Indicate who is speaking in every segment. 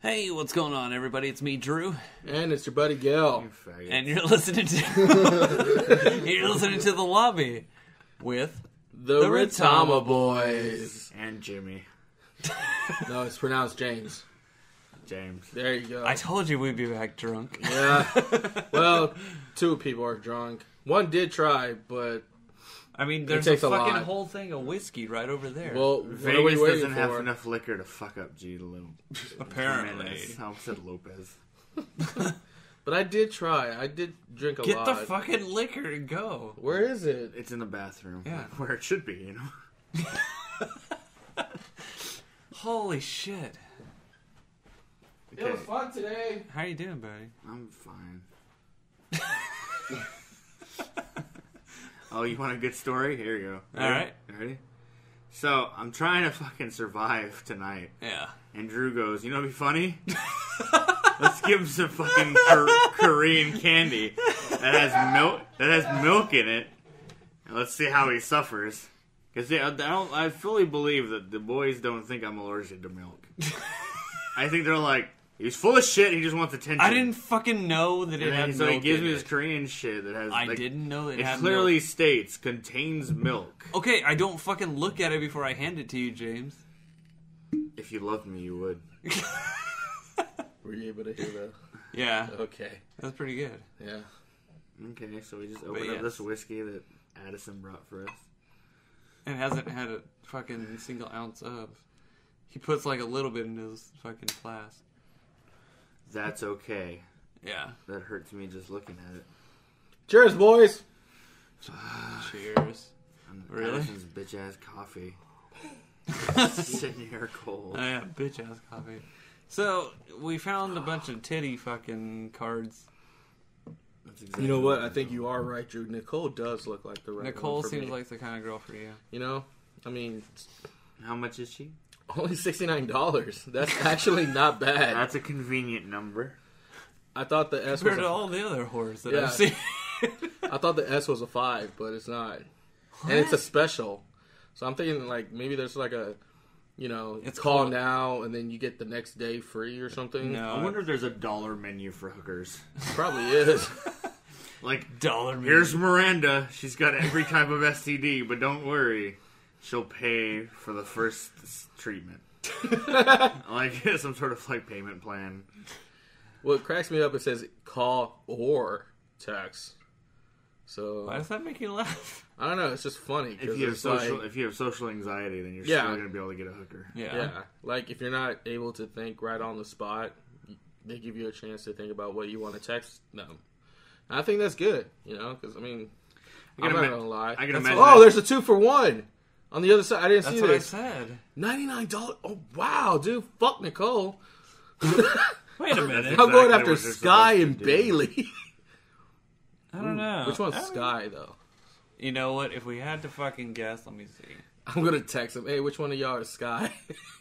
Speaker 1: Hey, what's going on, everybody? It's me, Drew,
Speaker 2: And it's your buddy Gil.
Speaker 1: and you're listening to you're listening to the lobby with
Speaker 2: The,
Speaker 1: The
Speaker 2: Ritama
Speaker 1: Ritama
Speaker 2: Boys.
Speaker 3: And Jimmy.
Speaker 2: No, it's pronounced James.
Speaker 3: James.
Speaker 2: There you go.
Speaker 1: I told you we'd be back drunk.
Speaker 2: yeah. Well, two people are drunk. One did try, but
Speaker 1: I mean, there's a
Speaker 2: takes a
Speaker 1: fucking
Speaker 2: lot.
Speaker 1: whole thing of whiskey right over there.
Speaker 2: well, what are we
Speaker 3: Vegas
Speaker 2: waiting
Speaker 3: doesn't
Speaker 2: for?
Speaker 3: have enough liquor to fuck up G. Lo-
Speaker 1: apparently,
Speaker 3: Jimenez. I almost said Lopez.
Speaker 2: But I did try. I did drink a
Speaker 1: get
Speaker 2: lot.
Speaker 1: the fucking liquor and go.
Speaker 2: Where is it?
Speaker 3: It's in the bathroom.
Speaker 1: Yeah.
Speaker 3: Where it should be, you know?
Speaker 1: Holy shit!
Speaker 3: Okay.
Speaker 2: fun today.
Speaker 1: How you doing, buddy?
Speaker 3: I'm fine. oh, you want a good story? Here you go.
Speaker 1: All right.
Speaker 3: You Ready? So, I'm trying to fucking survive tonight.
Speaker 1: Yeah.
Speaker 3: And Drew goes, you know what'd be funny? Let's give him some fucking Kor- Korean candy that has milk that has milk in it, and let's see how he suffers. Because I don't, I fully believe that the boys don't think I'm allergic to milk. I think they're like, he's full of shit. He just wants attention.
Speaker 1: I didn't fucking know that it
Speaker 3: And
Speaker 1: had
Speaker 3: then, so he
Speaker 1: milk
Speaker 3: gives
Speaker 1: in
Speaker 3: me
Speaker 1: it.
Speaker 3: this Korean shit that has.
Speaker 1: I
Speaker 3: like,
Speaker 1: didn't know it,
Speaker 3: It
Speaker 1: had
Speaker 3: clearly
Speaker 1: milk.
Speaker 3: states contains milk.
Speaker 1: Okay, I don't fucking look at it before I hand it to you, James.
Speaker 3: If you loved me, you would.
Speaker 2: Were you able to hear
Speaker 1: Yeah,
Speaker 2: that? Okay.
Speaker 1: that's pretty good.
Speaker 2: Yeah.
Speaker 3: Okay, so we just opened
Speaker 1: yes.
Speaker 3: up this whiskey that Addison brought for us.
Speaker 1: and hasn't had a fucking single ounce of. He puts like a little bit in his fucking flask.
Speaker 3: That's okay.
Speaker 1: Yeah.
Speaker 3: That hurts me just looking at it.
Speaker 2: Cheers, boys.
Speaker 1: Cheers.
Speaker 3: I'm
Speaker 1: Really?
Speaker 3: Addison's bitch ass coffee. Sitting here cold.
Speaker 1: Oh, yeah, bitch ass coffee. So we found a bunch of titty fucking cards.
Speaker 3: That's exactly
Speaker 2: You know what? I think you are right, Drew. Nicole does look like the right
Speaker 1: Nicole
Speaker 2: one for
Speaker 1: seems
Speaker 2: me.
Speaker 1: like the kind of girl for you.
Speaker 2: You know? I mean, it's
Speaker 3: How much is she?
Speaker 2: only $69. That's actually not bad.
Speaker 3: That's a convenient number.
Speaker 2: I thought the S was
Speaker 1: Compared
Speaker 2: a
Speaker 1: to all the other whores that
Speaker 2: Yeah.
Speaker 1: I've seen.
Speaker 2: I thought the S was a five, but it's not. And it's a special. So I'm thinking like maybe there's like a you know,
Speaker 1: It's
Speaker 2: call
Speaker 1: called-
Speaker 2: now and then you get the next day free or something.
Speaker 1: No.
Speaker 3: I wonder if there's a dollar menu for hookers.
Speaker 2: Probably is.
Speaker 3: Like,
Speaker 1: Dollar menu.
Speaker 3: here's Miranda. She's got every type of STD, but don't worry. She'll pay for the first s- treatment. like, some sort of, like, payment plan.
Speaker 2: what cracks me up it says call or text.
Speaker 1: Why
Speaker 2: So
Speaker 1: does that make you laugh?
Speaker 2: I don't know, it's just funny
Speaker 3: If
Speaker 2: because
Speaker 3: you have
Speaker 2: it's
Speaker 3: social,
Speaker 2: like
Speaker 3: if you have social anxiety, then you're
Speaker 2: Yeah.
Speaker 3: still gonna be able to get a hooker.
Speaker 1: Yeah.
Speaker 2: yeah, like if you're not able to think right on the spot, they give you a chance to think about what you want to text them. And I think that's good, you know, because I mean,
Speaker 3: can
Speaker 2: I'm not
Speaker 3: ima-
Speaker 2: gonna lie.
Speaker 3: I can
Speaker 2: That's-
Speaker 3: imagine
Speaker 2: Oh,
Speaker 3: that-
Speaker 2: there's a two for one on the other side. I didn't
Speaker 1: That's
Speaker 2: see
Speaker 1: what I
Speaker 2: this.
Speaker 1: said.
Speaker 2: Ninety-nine dollars. Oh wow, dude. Fuck Nicole.
Speaker 1: Wait a minute.
Speaker 2: I'm going
Speaker 3: Exactly
Speaker 2: after
Speaker 3: what you're
Speaker 2: Sky
Speaker 3: supposed
Speaker 2: and
Speaker 3: to do.
Speaker 2: Bailey.
Speaker 1: I don't know.
Speaker 2: Which one's
Speaker 1: I don't-
Speaker 2: Sky though?
Speaker 1: You know what? If we had to fucking guess, let me see.
Speaker 2: I'm gonna text him. Hey, which one of y'all is Sky?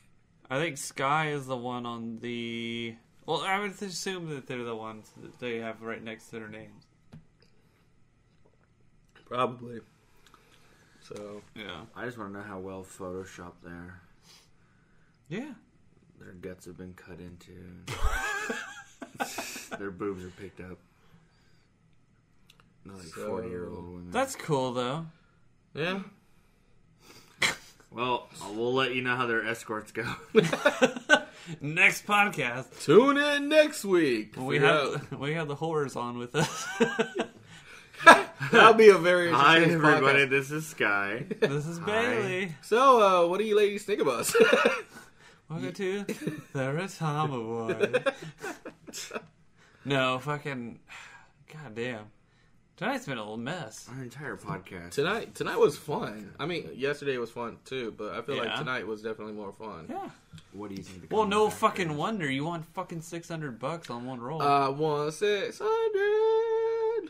Speaker 1: I think Sky is the one on the. Well, I would assume that they're the ones that they have right next to their names.
Speaker 2: Probably. So
Speaker 1: Yeah.
Speaker 3: I just want to know how well Photoshop their
Speaker 1: Yeah.
Speaker 3: their guts have been cut into. their boobs are picked up. Not like
Speaker 2: So-
Speaker 3: forty year old women.
Speaker 1: That's cool, though.
Speaker 2: yeah,
Speaker 3: well, we'll let you know how their escorts go.
Speaker 1: Next podcast,
Speaker 2: tune in next week.
Speaker 1: we
Speaker 2: Figure
Speaker 1: have we have the horrors on with us.
Speaker 2: out- that'll be a very
Speaker 3: Hi
Speaker 2: interesting
Speaker 3: everybody,
Speaker 2: podcast.
Speaker 3: this is Sky.
Speaker 1: this is
Speaker 3: Hi.
Speaker 1: Bailey.
Speaker 2: So, uh, what do you ladies think of us?
Speaker 1: Welcome to the Retama Boy. no, fucking, goddamn. Tonight's been a little mess.
Speaker 3: Our entire podcast.
Speaker 2: tonight, tonight was fun. I mean, yesterday was fun too, but I feel like
Speaker 1: Yeah.
Speaker 2: tonight was definitely more fun.
Speaker 1: Yeah.
Speaker 3: What do you think? the
Speaker 1: Well, no
Speaker 3: common factor
Speaker 1: fucking
Speaker 3: is?
Speaker 1: wonder. You want fucking six hundred bucks on one roll.
Speaker 2: Uh, one six hundred.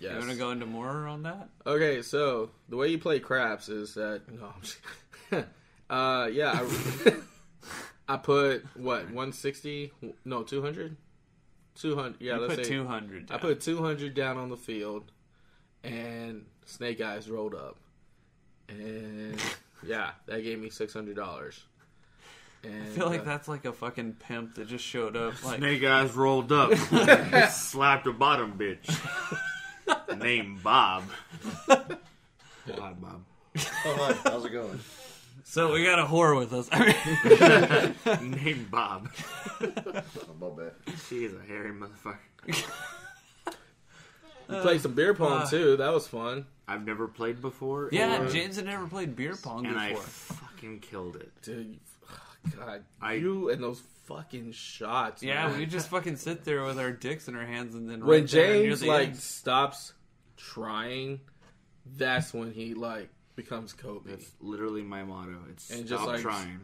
Speaker 1: you want to
Speaker 2: Yes.
Speaker 1: go into more on that?
Speaker 2: Okay, so the way you play craps is that no, I'm just, uh, yeah, I, I put what one sixty? No, two hundred. Two hundred. Yeah,
Speaker 1: you
Speaker 2: let's
Speaker 1: put
Speaker 2: say
Speaker 1: two hundred.
Speaker 2: I put two hundred down on the field, and Snake Eyes rolled up, and yeah, that gave me six hundred dollars. And,
Speaker 1: I feel like
Speaker 2: uh,
Speaker 1: that's like a fucking pimp that just showed up. Like,
Speaker 3: Snake eyes rolled up, slapped a bottom bitch named Bob. Hi, Bob.
Speaker 4: Oh, hi. How's it going?
Speaker 1: so we got a whore with us. I mean,
Speaker 3: Named Bob.
Speaker 1: Oh,
Speaker 4: I'm Bob Bat.
Speaker 3: She is a hairy motherfucker.
Speaker 2: we played some beer pong
Speaker 1: uh,
Speaker 2: too. That was fun,
Speaker 3: I've never played before.
Speaker 1: yeah,
Speaker 3: or-
Speaker 1: James had never played beer pong
Speaker 3: and I
Speaker 1: before.
Speaker 3: fucking killed it.
Speaker 2: dude. you- oh, God,
Speaker 3: I-
Speaker 2: you and those fucking shots.
Speaker 1: yeah,
Speaker 2: man.
Speaker 1: we just fucking sit there with our dicks in our hands and then
Speaker 2: when
Speaker 1: right there near
Speaker 2: James
Speaker 1: the
Speaker 2: like
Speaker 1: end.
Speaker 2: stops trying, that's when he like becomes Kobe.
Speaker 3: That's literally my motto. It's
Speaker 2: And
Speaker 3: stop
Speaker 2: just like-
Speaker 3: trying.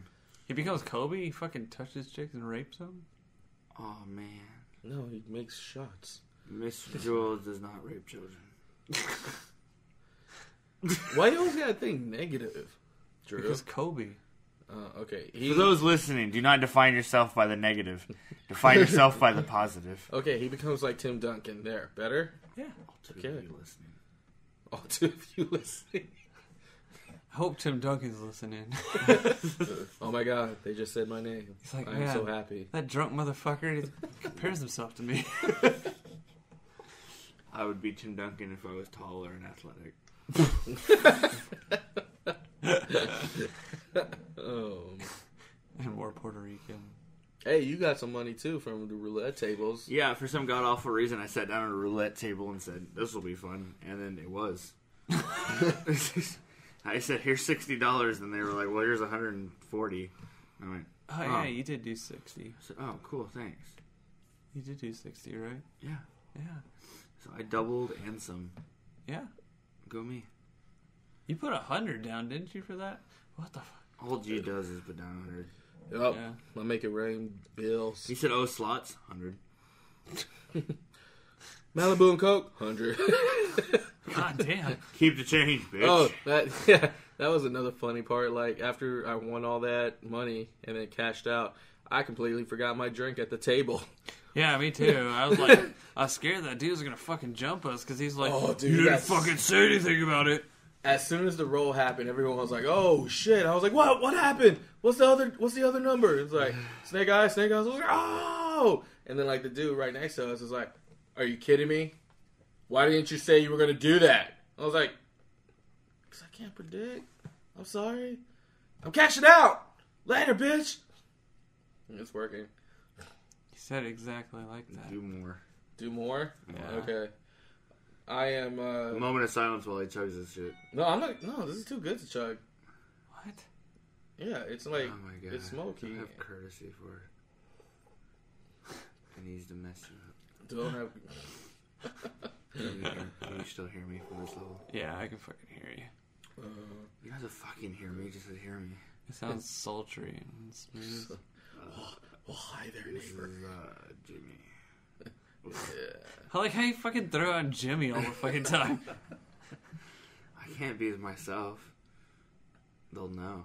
Speaker 1: he becomes Kobe, he fucking touches chicks and rapes them.
Speaker 3: Oh man,
Speaker 2: No, he makes shots.
Speaker 3: Mr. Joel does not rape children.
Speaker 2: Why you always gotta think negative? Drew.
Speaker 1: Because Kobe.
Speaker 2: uh, okay. He,
Speaker 3: For those listening, do not define yourself by the negative. Define yourself by the positive.
Speaker 2: okay, he becomes like Tim Duncan. There, better.
Speaker 1: Yeah.
Speaker 2: Okay.
Speaker 3: listening.
Speaker 2: All two of you listening.
Speaker 1: I hope Tim Duncan's listening.
Speaker 2: Oh my god, they just said my name.
Speaker 1: He's like,
Speaker 2: I am
Speaker 1: man,
Speaker 2: so happy.
Speaker 1: that drunk motherfucker he compares himself to me.
Speaker 3: I would be Tim Duncan if I was taller and athletic.
Speaker 2: Um,
Speaker 1: and more Puerto Rican.
Speaker 2: hey, you got some money too from the roulette tables.
Speaker 3: Yeah, for some god awful reason, I sat down at a roulette table and said, "This will be fun," and then it was. I said, "Here's sixty dollars," and they were like, "Well, here's one hundred and forty. I went,
Speaker 1: Oh, yeah,
Speaker 3: Oh.
Speaker 1: you did do 60.
Speaker 3: so, "Oh, cool, thanks."
Speaker 1: You did do 60, right?
Speaker 3: Yeah,
Speaker 1: Yeah.
Speaker 3: so I doubled and some.
Speaker 1: Yeah.
Speaker 3: Go me.
Speaker 1: You put a 100 down, didn't you, for that? What the fuck?
Speaker 3: All G does is put down hundred.
Speaker 2: Oh,
Speaker 1: Yeah.
Speaker 2: I'll make it rain. Bills,
Speaker 3: He said, "Oh, slots hundred.
Speaker 2: Malibu and Coke, hundred.
Speaker 1: God damn.
Speaker 3: Keep the change, bitch."
Speaker 2: Oh, that yeah, that was another funny part. Like after I won all that money and then cashed out, I completely forgot my drink at the table.
Speaker 1: Yeah, me too. I was like, I was scared that dude was gonna fucking jump us because he's like,
Speaker 2: Oh, dude,
Speaker 1: you didn't
Speaker 2: that's-
Speaker 1: fucking say anything about it.
Speaker 2: As soon as the roll happened, everyone was like, "Oh shit!" I was like, "What? What happened? What's the other? What's the other number?" It's like Snake Eyes, Snake Eyes. I was like, "Oh!" And then like the dude right next to us is like, "Are you kidding me? Why didn't you say you were gonna do that?" I was like, "Cause I can't predict. I'm sorry. I'm cashing out later, bitch." And It's working.
Speaker 1: He said exactly like that.
Speaker 3: Do more.
Speaker 2: Do more.
Speaker 1: Yeah.
Speaker 2: Okay. I am.
Speaker 3: A
Speaker 2: uh
Speaker 3: moment of silence while he chugs this shit.
Speaker 2: No, I'm not. No, this is too good to chug.
Speaker 1: What?
Speaker 2: Yeah, it's like
Speaker 3: Oh my god.
Speaker 2: it's smoky.
Speaker 3: Don't have courtesy for it. And he's the mess you
Speaker 2: Don't have.
Speaker 3: up. Can you- Can you still hear me from this level?
Speaker 1: Yeah, I can fucking hear you.
Speaker 2: Uh,
Speaker 3: You guys have fucking hear me, just to hear me.
Speaker 1: It sounds sultry and smooth.
Speaker 2: well, hi there,
Speaker 3: This
Speaker 2: neighbor.
Speaker 3: is, uh, Jimmy.
Speaker 1: I like how you fucking throw on Jimmy all the fucking time.
Speaker 3: I can't be myself. They'll know.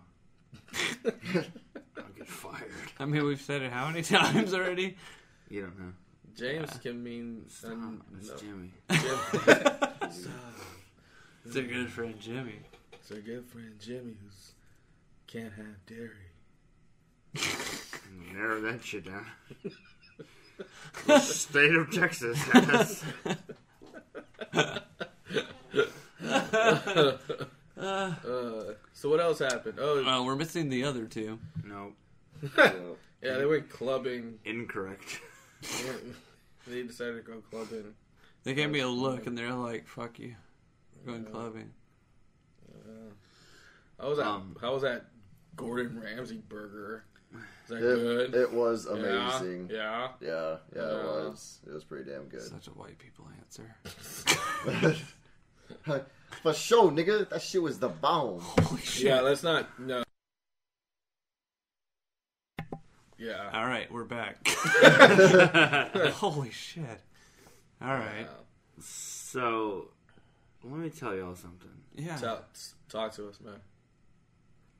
Speaker 3: I'll get fired.
Speaker 1: I mean, we've said it how many times already?
Speaker 3: You don't know.
Speaker 2: James can mean.
Speaker 3: Stop.
Speaker 2: um,
Speaker 3: It's
Speaker 2: no.
Speaker 3: Jimmy.
Speaker 1: It's a good friend, Jimmy.
Speaker 2: It's our good friend Jimmy who's can't have dairy.
Speaker 3: Narrow that shit down. The State of Texas has.
Speaker 2: Uh, so what else happened? Oh,
Speaker 1: Well, we're missing the other two.
Speaker 3: No,
Speaker 2: yeah, they went clubbing.
Speaker 3: incorrect.
Speaker 2: they decided to go clubbing.
Speaker 1: They gave me a look and they're like, fuck you. We're going
Speaker 2: Yeah.
Speaker 1: clubbing.
Speaker 2: Uh, I was at
Speaker 3: Um,
Speaker 2: how was that Gordon Ramsay burger? Is that
Speaker 4: It,
Speaker 2: good?
Speaker 4: it was
Speaker 2: Yeah,
Speaker 4: amazing. Yeah,
Speaker 2: Yeah.
Speaker 4: yeah,
Speaker 2: Yeah.
Speaker 4: it was. It was pretty damn good.
Speaker 1: Such a white people answer.
Speaker 4: For sure, nigga. That shit was the bomb.
Speaker 1: Holy shit.
Speaker 2: Yeah, let's not. No. Yeah.
Speaker 1: All right, we're back. Holy shit. All right.
Speaker 2: Wow.
Speaker 3: So, let me tell y'all something.
Speaker 1: Yeah.
Speaker 2: Talk, uh, talk to us, man.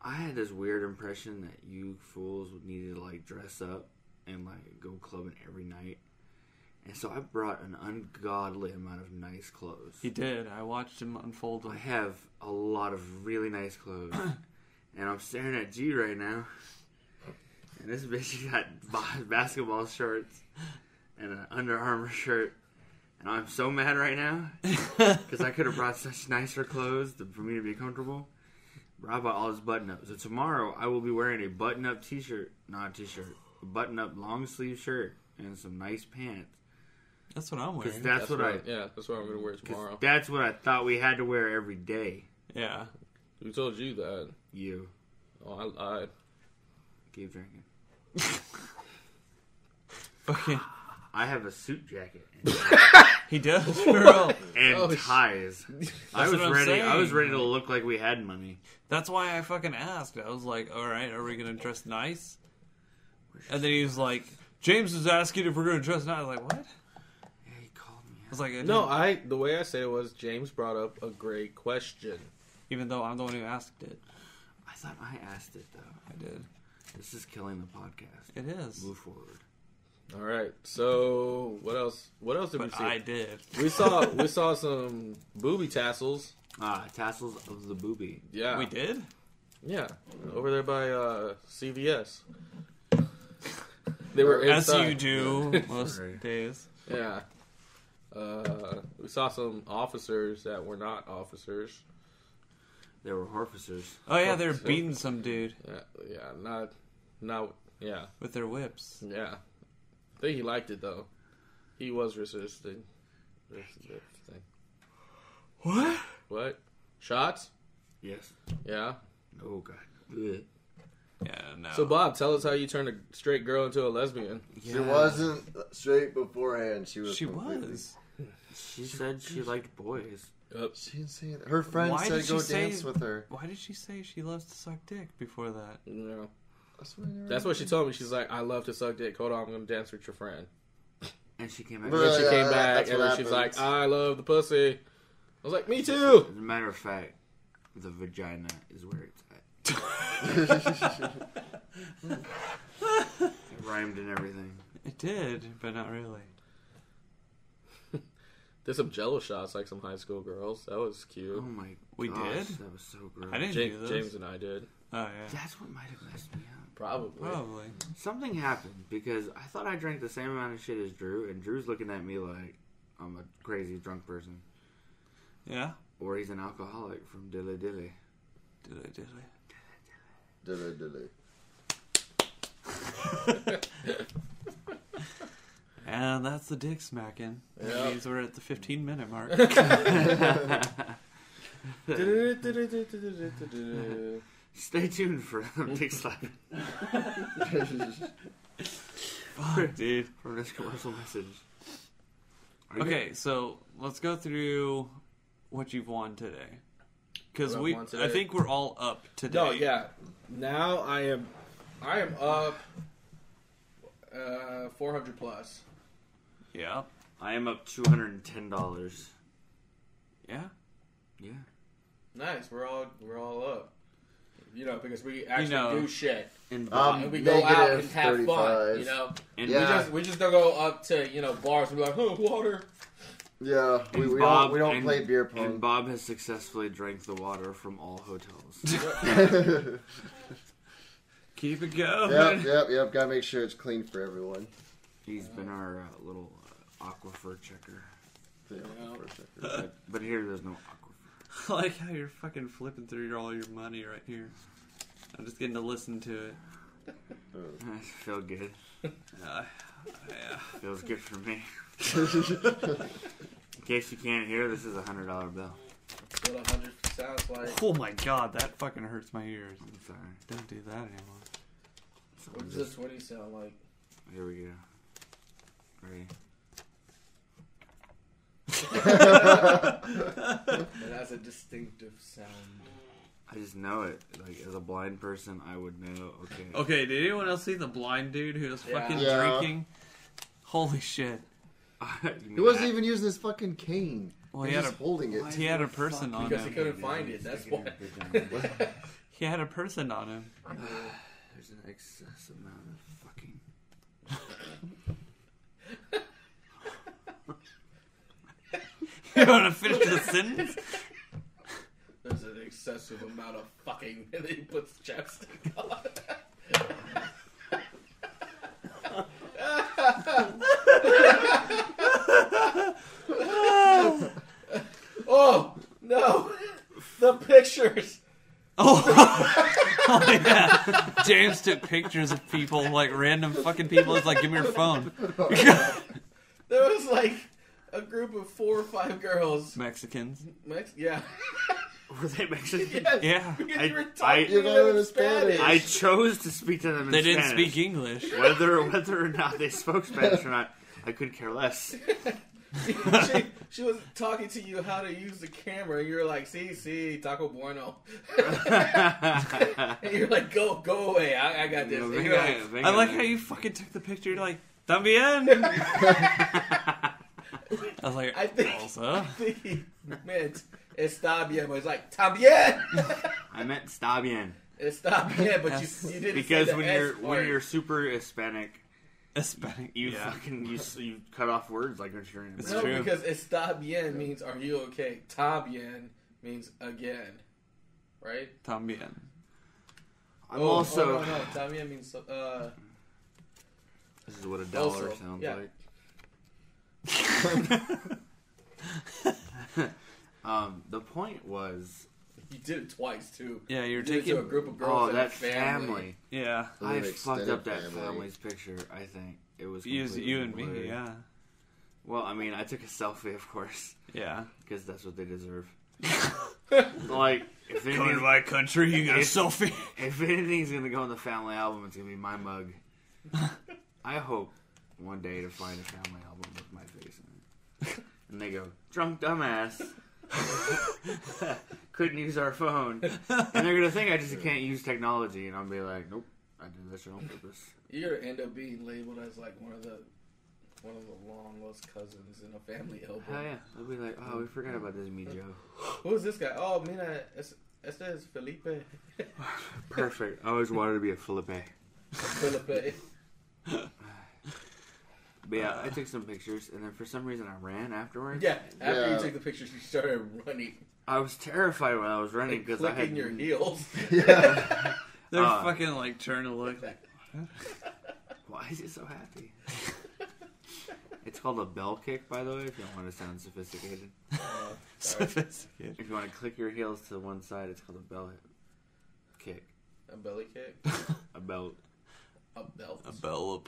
Speaker 3: I had this weird impression that you fools would need to like dress up and like go clubbing every night. And so I brought an ungodly amount of nice clothes.
Speaker 1: He did. I watched him unfold.
Speaker 3: I
Speaker 1: them.
Speaker 3: have a lot of really nice clothes. and I'm staring at G right now. And this bitch got ba- basketball shorts and an Under Armour shirt. And I'm so mad right now because I could have brought such nicer clothes to, for me to be comfortable. But I bought all his button ups. So tomorrow I will be wearing a button up t shirt, not t shirt, a button up long sleeve shirt and some nice pants.
Speaker 1: That's what I'm
Speaker 3: Because
Speaker 1: wearing.
Speaker 3: that's, what I.
Speaker 2: Yeah, that's what I'm gonna wear
Speaker 3: 'cause
Speaker 2: tomorrow.
Speaker 3: That's what I thought we had to wear every day.
Speaker 1: yeah.
Speaker 2: Who told you that?
Speaker 3: You
Speaker 2: Oh, I lied.
Speaker 3: keep drinking.
Speaker 1: Fucking.
Speaker 3: I have a suit jacket
Speaker 1: He does, girl.
Speaker 3: and
Speaker 2: Oh, sh-
Speaker 3: ties. I was
Speaker 1: what I'm
Speaker 3: ready. I was
Speaker 1: saying.
Speaker 3: ready to look like we had money.
Speaker 1: That's why I fucking asked. I was like, all right, are we going to dress nice? And then he was like, James was asking if we're going to dress nice. I was like, what? I
Speaker 3: Yeah, he called me.
Speaker 1: was like, I
Speaker 2: No,
Speaker 1: didn't-
Speaker 2: I. The way I said it was James brought up a great question.
Speaker 1: Even though I'm the one who asked it.
Speaker 3: I thought I asked it though.
Speaker 1: I did.
Speaker 3: This is killing the podcast.
Speaker 1: It is.
Speaker 3: Move forward.
Speaker 2: All right. So what else? What else did we
Speaker 1: But
Speaker 2: see?
Speaker 1: I did.
Speaker 2: We saw we saw some booby tassels.
Speaker 3: Ah, tassels of the booby.
Speaker 2: Yeah,
Speaker 1: We did?
Speaker 2: Yeah, over there by uh, CVS. They were
Speaker 1: As
Speaker 2: inside.
Speaker 1: you do most
Speaker 3: Right.
Speaker 1: days.
Speaker 2: Yeah. Uh, we saw some officers that were not officers.
Speaker 3: They were horfacers.
Speaker 1: Oh, yeah, they're beating some dude
Speaker 2: Yeah, yeah, not, not, yeah,
Speaker 1: with their whips.
Speaker 2: yeah. I think he liked it though. He was resisting. Resisting.
Speaker 1: What?
Speaker 2: What? Shots?
Speaker 3: Yes.
Speaker 2: Yeah.
Speaker 3: Oh god. Ugh.
Speaker 1: Yeah, no.
Speaker 2: So Bob, tell us how you turned a straight girl into a lesbian.
Speaker 4: She wasn't straight beforehand. She was.
Speaker 1: She
Speaker 4: completely-
Speaker 1: was.
Speaker 3: She said she liked boys.
Speaker 4: She didn't say that. Her friend
Speaker 1: Why did
Speaker 4: said
Speaker 1: she
Speaker 4: go
Speaker 1: say-
Speaker 4: dance with her.
Speaker 1: Why did she say she loves to suck dick before that?
Speaker 2: You know,
Speaker 4: That's what, I never
Speaker 2: that's what she
Speaker 4: did.
Speaker 2: told me. She's like, "I love to suck dick. Hold on, I'm gonna dance with your friend."
Speaker 3: And she came back.
Speaker 4: Bruh.
Speaker 2: And she
Speaker 4: Yeah,
Speaker 2: came
Speaker 4: that-
Speaker 2: back
Speaker 4: that's
Speaker 2: and
Speaker 4: what
Speaker 2: then she's
Speaker 4: happens.
Speaker 2: like, I love the pussy. I was like, me too.
Speaker 3: As a matter of fact, the vagina is where it's at. It rhymed and everything.
Speaker 1: It did, but not really.
Speaker 2: Did some jello shots like some high school girls. That was
Speaker 3: Oh
Speaker 2: cute.
Speaker 3: my.
Speaker 1: We
Speaker 3: gosh,
Speaker 1: did?
Speaker 3: That was so gross.
Speaker 1: I didn't
Speaker 2: Ja-
Speaker 1: do those.
Speaker 2: James and I did.
Speaker 1: Oh, yeah.
Speaker 3: That's what might have messed me up.
Speaker 2: Probably.
Speaker 1: Probably.
Speaker 3: Something happened because I thought I drank the same amount of shit as Drew, and Drew's looking at me like I'm a crazy drunk person,
Speaker 1: Yeah?
Speaker 3: or he's an alcoholic from Dilly Dilly.
Speaker 1: Did I, did I?
Speaker 4: Dilly, dilly.
Speaker 1: And that's the dick smacking. That
Speaker 2: Yeah.
Speaker 1: means we're at the 15 minute mark.
Speaker 3: Stay tuned for Dick Slap
Speaker 1: Fuck, dude.
Speaker 3: from this commercial message. Are you-
Speaker 1: Okay, so let's go through what you've won today. Because
Speaker 2: What I've
Speaker 1: we,
Speaker 2: won today?
Speaker 1: I think we're all up today.
Speaker 2: no, yeah. Now I am, I am up. Uh, 400 plus.
Speaker 1: Yeah.
Speaker 3: I am up two hundred and ten dollars.
Speaker 1: Yeah.
Speaker 3: Yeah,
Speaker 2: Nice. We're all we're all up. You know, because we actually
Speaker 1: know.
Speaker 2: do shit
Speaker 3: and
Speaker 4: Um,
Speaker 2: and we go out and
Speaker 4: Negative
Speaker 2: have fun.
Speaker 4: 35.
Speaker 2: You know,
Speaker 3: and
Speaker 2: we
Speaker 4: yeah.
Speaker 2: just we just don't go up to you know bars and be like, oh, water.
Speaker 4: Yeah, we,
Speaker 3: and
Speaker 4: we
Speaker 3: Bob-
Speaker 4: don't, we don't
Speaker 3: and-
Speaker 4: play beer
Speaker 3: And
Speaker 4: pong.
Speaker 3: Bob has successfully drank the water from all hotels.
Speaker 1: Keep it going.
Speaker 4: yep, yep, yep. Gotta make sure it's clean for everyone.
Speaker 3: He's been our uh, little uh, aquifer checker,
Speaker 4: Yeah,
Speaker 2: Yeah.
Speaker 4: for sure.
Speaker 3: but, but here there's no aquifer.
Speaker 1: I like how you're fucking flipping through your, all your money right here. I'm just getting to listen to it.
Speaker 3: I feel good.
Speaker 1: Uh, yeah.
Speaker 3: Feels good for me. In case you can't hear, this is a hundred dollar bill.
Speaker 2: What a hundred sounds like.
Speaker 1: Oh my god, that fucking hurts my ears.
Speaker 3: I'm sorry.
Speaker 1: Don't do that anymore.
Speaker 2: What does this twenty sound like?
Speaker 3: Here we go. Ready?
Speaker 2: It has a distinctive sound.
Speaker 3: I just know it. Like as a blind person, I would know. Okay.
Speaker 1: Okay, did anyone else see the blind dude who was
Speaker 2: Yeah.
Speaker 1: fucking
Speaker 4: Yeah.
Speaker 1: drinking? Holy shit.
Speaker 3: You
Speaker 4: He
Speaker 3: mean
Speaker 4: wasn't
Speaker 3: that?
Speaker 4: even using his fucking cane.
Speaker 1: Well,
Speaker 4: he
Speaker 1: he had
Speaker 4: was
Speaker 1: a
Speaker 4: just holding it.
Speaker 1: he had a person on
Speaker 2: Because he
Speaker 1: him.
Speaker 2: couldn't find it. That's why.
Speaker 1: He had a person on him.
Speaker 3: There's an excess amount of fucking.
Speaker 1: You want to finish the sentence?
Speaker 2: There's an excessive amount of fucking that he puts chapstick on. Oh no, the pictures.
Speaker 1: Oh, Oh, yeah. James took pictures of people, like random fucking people. It's like, give me your phone.
Speaker 2: There was like a group of four or five girls.
Speaker 1: Mexicans.
Speaker 2: Mex- yeah.
Speaker 3: Were they Mexican?
Speaker 2: yes.
Speaker 1: Yeah.
Speaker 2: Because
Speaker 3: I-
Speaker 2: you were
Speaker 3: I-
Speaker 2: talking to them in Spanish.
Speaker 3: I chose to speak to them in
Speaker 1: They didn't
Speaker 3: Spanish.
Speaker 1: speak English.
Speaker 3: Whether whether or not they spoke Spanish or not, I could care less.
Speaker 2: she, she was talking to you how to use the camera, and you're like, "See, see, Taco Bueno," and you're like, "Go, go away! I, I got this." And you're like,
Speaker 1: I like how you fucking took the picture. You're like, también. I was like,
Speaker 2: I think-
Speaker 1: also.
Speaker 2: I think he meant "está bien," but it's like "está bien,"
Speaker 3: I meant está bien.
Speaker 2: "está bien," but
Speaker 1: Yes.
Speaker 2: you, you didn't.
Speaker 3: Because
Speaker 2: say the
Speaker 3: when you're
Speaker 2: S
Speaker 3: when
Speaker 2: word.
Speaker 3: you're super Hispanic,
Speaker 1: Hispanic.
Speaker 3: you
Speaker 1: yeah.
Speaker 3: fucking you, s- you cut off words like it's during
Speaker 1: It's
Speaker 2: no,
Speaker 1: true.
Speaker 2: because "está bien" means "Are you okay?" "Está bien" means "Again," right?
Speaker 1: También.
Speaker 3: I'm
Speaker 2: Oh,
Speaker 3: also
Speaker 2: oh, no, no, "Está bien" means uh,
Speaker 3: this is what a dollar
Speaker 2: Also,
Speaker 3: sounds
Speaker 2: yeah.
Speaker 3: like. Um, the point was,
Speaker 2: you did it twice too.
Speaker 1: Yeah, you're
Speaker 2: You did it to a
Speaker 1: taking.
Speaker 2: group of girls.
Speaker 3: oh,
Speaker 2: and
Speaker 3: that
Speaker 2: a
Speaker 3: family.
Speaker 1: Yeah.
Speaker 4: An
Speaker 3: I fucked
Speaker 4: extended
Speaker 3: up that
Speaker 4: family.
Speaker 3: family's picture. I think it was
Speaker 1: You,
Speaker 3: completely
Speaker 1: you and me,
Speaker 3: blurred.
Speaker 1: yeah.
Speaker 3: Well, I mean, I took a selfie, of course,
Speaker 1: Yeah.
Speaker 3: because that's what they deserve. like, if, anything,
Speaker 1: my country, you got
Speaker 3: a
Speaker 1: selfie.
Speaker 3: if anything's gonna go in the family album, it's gonna be my mug. I hope one day to find a family album with my face in it, and they go, "Drunk dumbass." Couldn't use our phone, and they're gonna think I just can't use technology, and I'll be like, "Nope, I did this shit on purpose."
Speaker 2: You're gonna end up being labeled as like one of the one of the long lost cousins in a family album.
Speaker 3: Hell yeah, they'll be like, "Oh, we forgot about this, me Joe."
Speaker 2: Who's this guy? Oh, mira, es, este es Felipe.
Speaker 3: Perfect. I always wanted to be a Felipe.
Speaker 2: Felipe.
Speaker 3: But yeah, I took some pictures, and then for some reason I ran afterwards.
Speaker 2: Yeah. After
Speaker 4: Yeah.
Speaker 2: you took the pictures, you started running,
Speaker 3: I was terrified when I was running
Speaker 2: and
Speaker 3: because I
Speaker 2: clicking
Speaker 3: had
Speaker 2: your heels.
Speaker 4: Yeah.
Speaker 1: They're
Speaker 3: Uh.
Speaker 1: fucking like turned to look like.
Speaker 3: Why is it so happy? it's called a bell kick, by the way. If you don't want to sound sophisticated,
Speaker 2: Uh, sorry.
Speaker 1: Sophisticated.
Speaker 3: if you want to click your heels to one side, it's called a bell kick.
Speaker 2: a belly kick.
Speaker 3: A belt.
Speaker 2: A belt.
Speaker 1: A bell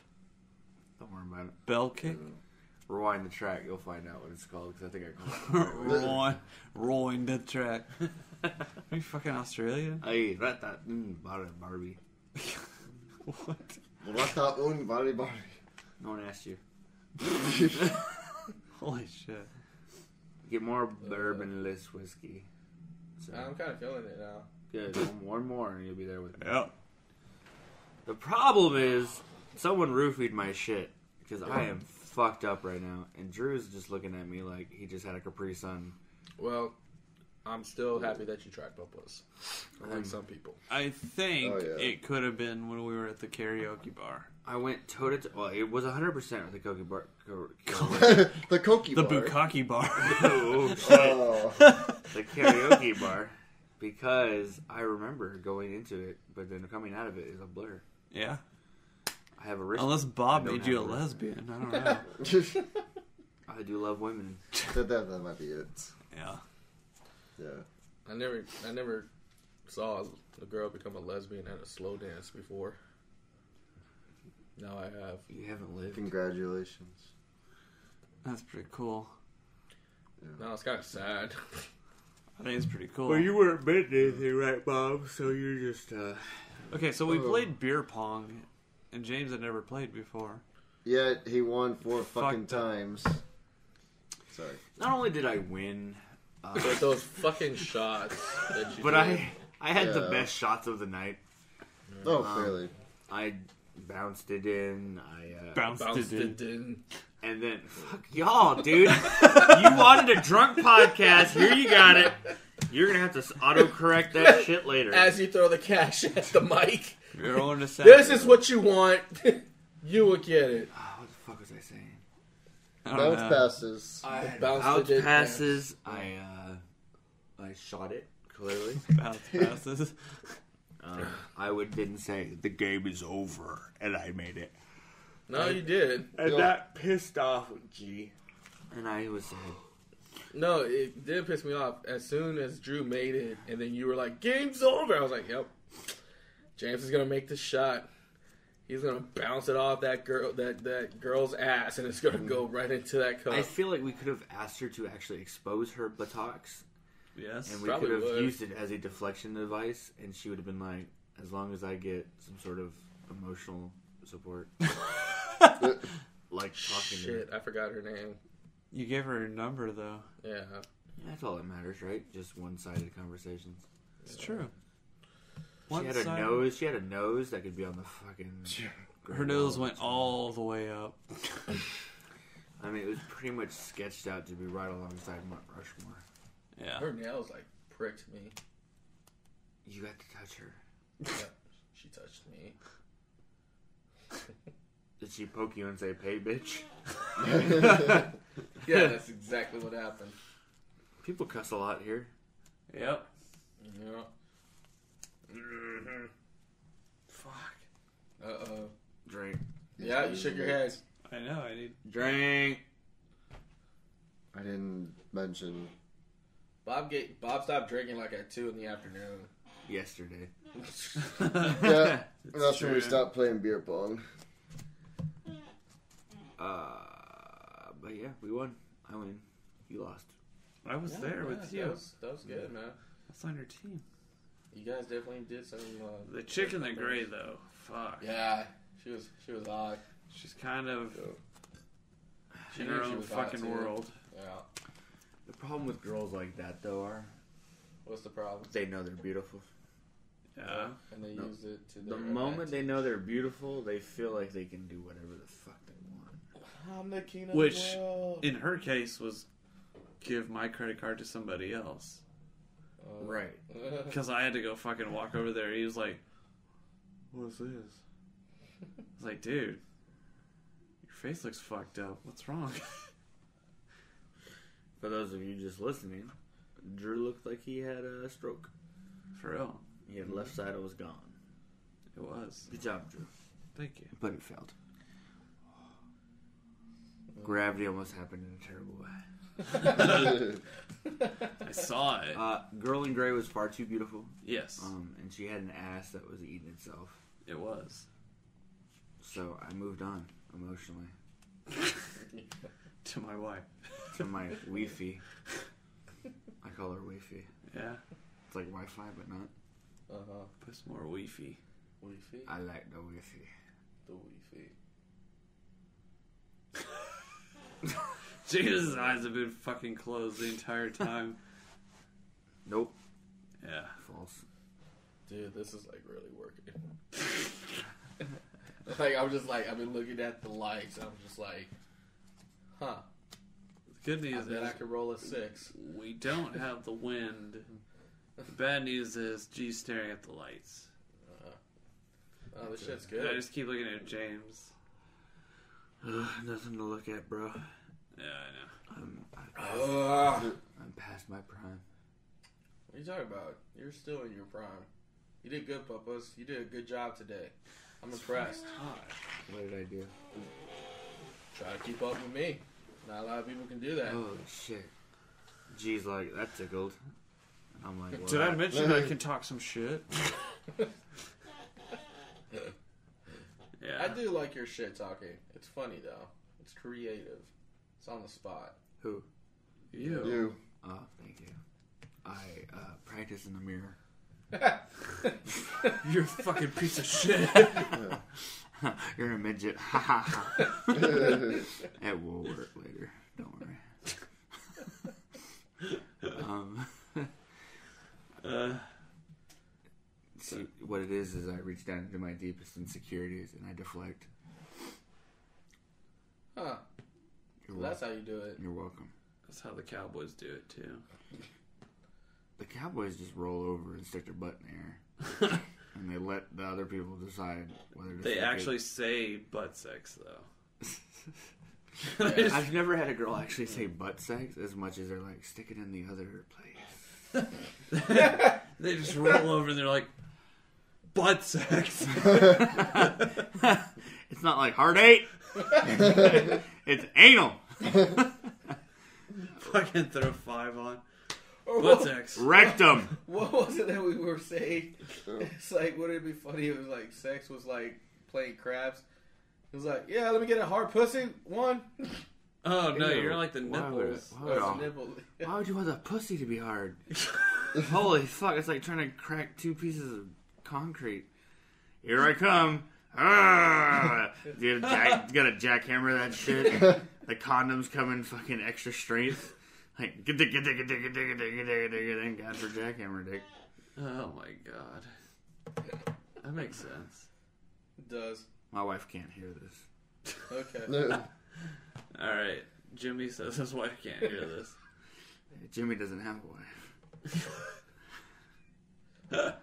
Speaker 3: Don't worry about it.
Speaker 1: bell kick.
Speaker 3: Rewind the track. You'll find out what it's called because I think I called it. the right way.
Speaker 1: Rolling, rolling the track. Are you fucking Australian?
Speaker 3: Hey, rat that mm, bar- Barbie.
Speaker 1: What?
Speaker 4: Rata un bari bari.
Speaker 3: No one asked you.
Speaker 1: Holy shit!
Speaker 3: Get more bourbon, less whiskey. So,
Speaker 2: I'm kind of feeling it now.
Speaker 3: good. One, one more, and you'll be there with me.
Speaker 1: Yeah.
Speaker 3: The problem is, someone roofied my shit because I am fucked up right now, and Drew's just looking at me like he just had a Capri Sun.
Speaker 2: Well, I'm still happy that you tried Popos. Like some people.
Speaker 1: I think
Speaker 4: Oh, yeah.
Speaker 1: it could have been when we were at the karaoke bar.
Speaker 3: I went toe to toe. Well, it was 100 percent with the Coke bar. co- co-
Speaker 4: the Koki
Speaker 1: The
Speaker 4: bar.
Speaker 1: Bukaki bar.
Speaker 3: oh, shit.
Speaker 4: Oh,
Speaker 3: the karaoke bar because I remember going into it, but then coming out of it is a blur.
Speaker 1: yeah.
Speaker 3: I have a wrist.
Speaker 1: Unless Bob
Speaker 3: I don't
Speaker 1: made you a
Speaker 3: have a wrist.
Speaker 1: lesbian. I don't know.
Speaker 4: that,
Speaker 3: I do love women.
Speaker 4: that, that might be it.
Speaker 1: yeah.
Speaker 4: Yeah.
Speaker 2: I never, I never saw a girl become a lesbian at a slow dance before. Now I have.
Speaker 3: You haven't lived.
Speaker 4: Congratulations.
Speaker 1: That's pretty cool.
Speaker 2: Now it's kind of sad.
Speaker 1: I think it's pretty cool.
Speaker 3: weren't bitten anything, right, Bob? So you're just uh.
Speaker 1: Okay, so we
Speaker 4: Oh.
Speaker 1: played beer pong, and James had never played before.
Speaker 4: Yet he won four fucking
Speaker 1: Fucked up.
Speaker 4: times. Sorry.
Speaker 3: Not only did I win, uh,
Speaker 2: But those fucking shots that you.
Speaker 3: But I I had the
Speaker 4: Yeah.
Speaker 3: best shots of the night.
Speaker 4: Oh,
Speaker 1: Um,
Speaker 4: clearly.
Speaker 3: I bounced it in. I uh,
Speaker 1: Bounced,
Speaker 2: bounced
Speaker 1: it in.
Speaker 2: it in.
Speaker 3: and then fuck y'all, dude. you wanted a drunk podcast. Here you got it. You're gonna have to s- autocorrect that shit later.
Speaker 2: As you throw the cash at the mic,
Speaker 1: You're going to say
Speaker 2: this is what you want. you will get it.
Speaker 3: Ah, what the fuck was I saying?
Speaker 1: I don't
Speaker 4: Bounce
Speaker 1: know.
Speaker 4: passes.
Speaker 3: I had
Speaker 2: bounced
Speaker 3: bounce
Speaker 2: it in.
Speaker 3: passes. I uh, I shot it clearly.
Speaker 1: Bounce passes.
Speaker 3: Um, I would didn't say the game is over, and I made it.
Speaker 2: No, you did.
Speaker 3: And
Speaker 4: Yeah.
Speaker 3: that pissed off G. And I was sad.
Speaker 2: No, it did piss me off. As soon as Drew made it, and then you were like, "Game's over," I was like, "Yep, James is gonna make the shot. He's gonna bounce it off that girl, that that girl's ass, and it's gonna go right into that cup."
Speaker 3: I feel like we could have asked her to actually expose her buttocks,
Speaker 1: Yes.
Speaker 3: and we
Speaker 2: Probably
Speaker 3: could have
Speaker 2: would.
Speaker 3: used it as a deflection device, and she would have been like, "As long as I get some sort of emotional support, like talking to her."
Speaker 2: Shit, I forgot her name.
Speaker 1: You gave her a number though.
Speaker 2: Yeah,
Speaker 3: That's all that matters, right? Just one-sided conversations.
Speaker 1: It's true.
Speaker 3: she had a nose. She had a nose that could be on the fucking.
Speaker 1: Her nose went all the way up.
Speaker 3: I mean, it was pretty much sketched out to be right alongside Mount Rushmore.
Speaker 1: Yeah.
Speaker 2: her nails like pricked me.
Speaker 3: You got to touch her.
Speaker 2: Yeah, she touched me.
Speaker 3: Did she poke you and say, "Pay, bitch"?
Speaker 2: Yeah, that's exactly what happened.
Speaker 3: People cuss a lot here.
Speaker 1: Yep.
Speaker 2: Yeah.
Speaker 1: Mm-hmm.
Speaker 3: Fuck.
Speaker 2: Uh oh.
Speaker 3: Drink.
Speaker 2: Yeah, you shook your head.
Speaker 1: I know. I need.
Speaker 3: Drink.
Speaker 4: I didn't mention.
Speaker 2: Bob get Bob stopped drinking like at two in the afternoon.
Speaker 3: Yesterday.
Speaker 4: Yeah,
Speaker 1: It's
Speaker 4: that's when we
Speaker 1: true.
Speaker 4: stopped playing beer pong.
Speaker 3: Uh, but yeah, we won. I win. You lost.
Speaker 1: I was there
Speaker 2: Yeah,
Speaker 1: with you.
Speaker 2: That was, that was good, man.
Speaker 1: That's on your team.
Speaker 2: You guys definitely did some. Uh,
Speaker 1: The chick in the gray though. Fuck.
Speaker 2: yeah, she was she was odd.
Speaker 1: She's kind of
Speaker 2: She
Speaker 1: in
Speaker 2: knew
Speaker 1: her
Speaker 2: she
Speaker 1: own
Speaker 2: was hot,
Speaker 1: fucking
Speaker 2: too.
Speaker 1: world.
Speaker 2: Yeah.
Speaker 3: The problem with girls like that though are
Speaker 2: What's the problem?
Speaker 3: they know they're beautiful.
Speaker 1: Yeah.
Speaker 2: And they
Speaker 3: No.
Speaker 2: used it to
Speaker 3: The
Speaker 2: their
Speaker 3: moment they
Speaker 2: advantage.
Speaker 3: know they're beautiful, they feel like they can do whatever the fuck they want.
Speaker 2: I'm the king of
Speaker 1: Which-
Speaker 2: the world.
Speaker 1: In her case, was give my credit card to somebody else
Speaker 2: Uh,
Speaker 3: Right.
Speaker 1: because I had to go fucking walk over there. He was like, "What's this?" I was like, "Dude, your face looks fucked up. What's wrong?"
Speaker 3: For those of you just listening, Drew looked like he had a stroke.
Speaker 1: For real,
Speaker 3: He had left side was gone.
Speaker 1: it was.
Speaker 3: Mm-hmm. Good job, Drew.
Speaker 1: Thank you.
Speaker 3: But it failed. Gravity almost happened in a terrible way.
Speaker 1: I saw it.
Speaker 3: Uh, Girl in Grey was far too beautiful,
Speaker 1: yes,
Speaker 3: um, and she had an ass that was eating itself.
Speaker 1: it was.
Speaker 3: So I moved on emotionally
Speaker 1: To my wife.
Speaker 3: to my Wi-Fi. I call her Wi-Fi.
Speaker 1: Yeah.
Speaker 3: It's like Wi-Fi, but not.
Speaker 2: uh huh.
Speaker 1: Puss more weefy.
Speaker 2: Weefy.
Speaker 3: I like the Wi-Fi.
Speaker 2: The weefy.
Speaker 1: Jesus' eyes have been fucking closed the entire time.
Speaker 3: Nope,
Speaker 1: yeah.
Speaker 3: false.
Speaker 2: Dude, this is like really working. like I'm just like I've been looking at the lights. I'm just like, huh.
Speaker 1: The good
Speaker 2: I
Speaker 1: news
Speaker 2: bet I
Speaker 1: is
Speaker 2: could roll a six.
Speaker 1: we don't have the wind. The bad news is G's staring at the lights.
Speaker 2: Uh, Oh, this shit's
Speaker 1: And I
Speaker 2: good.
Speaker 1: just keep looking at James.
Speaker 3: Ugh, nothing to look at, bro.
Speaker 1: Yeah, I know.
Speaker 3: I'm, I,
Speaker 2: Ugh.
Speaker 3: I'm past my prime.
Speaker 2: What are you talking about? You're still in your prime. You did good, Papas. You did a good job today. I'm impressed.
Speaker 3: What did I do?
Speaker 2: Try to keep up with me. Not a lot of people can do that.
Speaker 3: Holy shit. G's like, that tickled. And I'm like, well,
Speaker 1: Did I mention I can talk some shit?
Speaker 2: I
Speaker 1: yeah.
Speaker 2: do like your shit talking. It's funny though. It's creative. It's on the spot.
Speaker 3: who?
Speaker 1: You.
Speaker 4: you.
Speaker 3: Oh, thank you. I uh, practice in the mirror.
Speaker 1: You're a fucking piece of shit.
Speaker 3: You're a midget. Ha ha ha. It will work later. Don't worry. um,
Speaker 1: Uh,
Speaker 3: see, what it is is I reach down into my deepest insecurities and I deflect.
Speaker 2: Huh?
Speaker 3: You're,
Speaker 2: Well,
Speaker 3: wel-
Speaker 2: that's how you do it.
Speaker 3: you're welcome.
Speaker 1: that's how the Cowboys do it too.
Speaker 3: The Cowboys just roll over and stick their butt in the air. and they let the other people decide whether to
Speaker 1: They
Speaker 3: stick it.
Speaker 1: actually say butt sex though. They just
Speaker 3: I've never had a girl actually say butt sex as much as they're like, stick it in the other place.
Speaker 1: They just roll over and they're like, butt sex.
Speaker 3: it's not like heart eight. It's anal.
Speaker 1: Fucking throw five on. What's
Speaker 2: what,
Speaker 1: X?
Speaker 3: Rectum.
Speaker 2: what was it that we were saying?
Speaker 4: So,
Speaker 2: It's like, wouldn't it be funny if it was like sex was like playing craps? It was like, yeah, let me get a hard pussy. One.
Speaker 1: Oh no,
Speaker 3: Ew.
Speaker 1: you're like the
Speaker 3: Wow.
Speaker 1: nipples.
Speaker 3: Wow.
Speaker 2: Or it's a
Speaker 3: Oh.
Speaker 2: nipple.
Speaker 3: Why would you want the pussy to be hard? Holy fuck, it's like trying to crack two pieces of concrete. Here I come. Ah! Dude, jack, gotta jackhammer that shit. The condoms come in fucking extra strength. Like, get dick, get dick, get dick, get dick, get dick, get dick, get dick, thank God for jackhammer dick.
Speaker 1: Oh my god. That makes sense.
Speaker 2: Does.
Speaker 3: My wife can't hear this.
Speaker 2: Okay.
Speaker 4: no,
Speaker 1: All right. Jimmy says his wife can't hear this.
Speaker 3: Jimmy doesn't have a wife.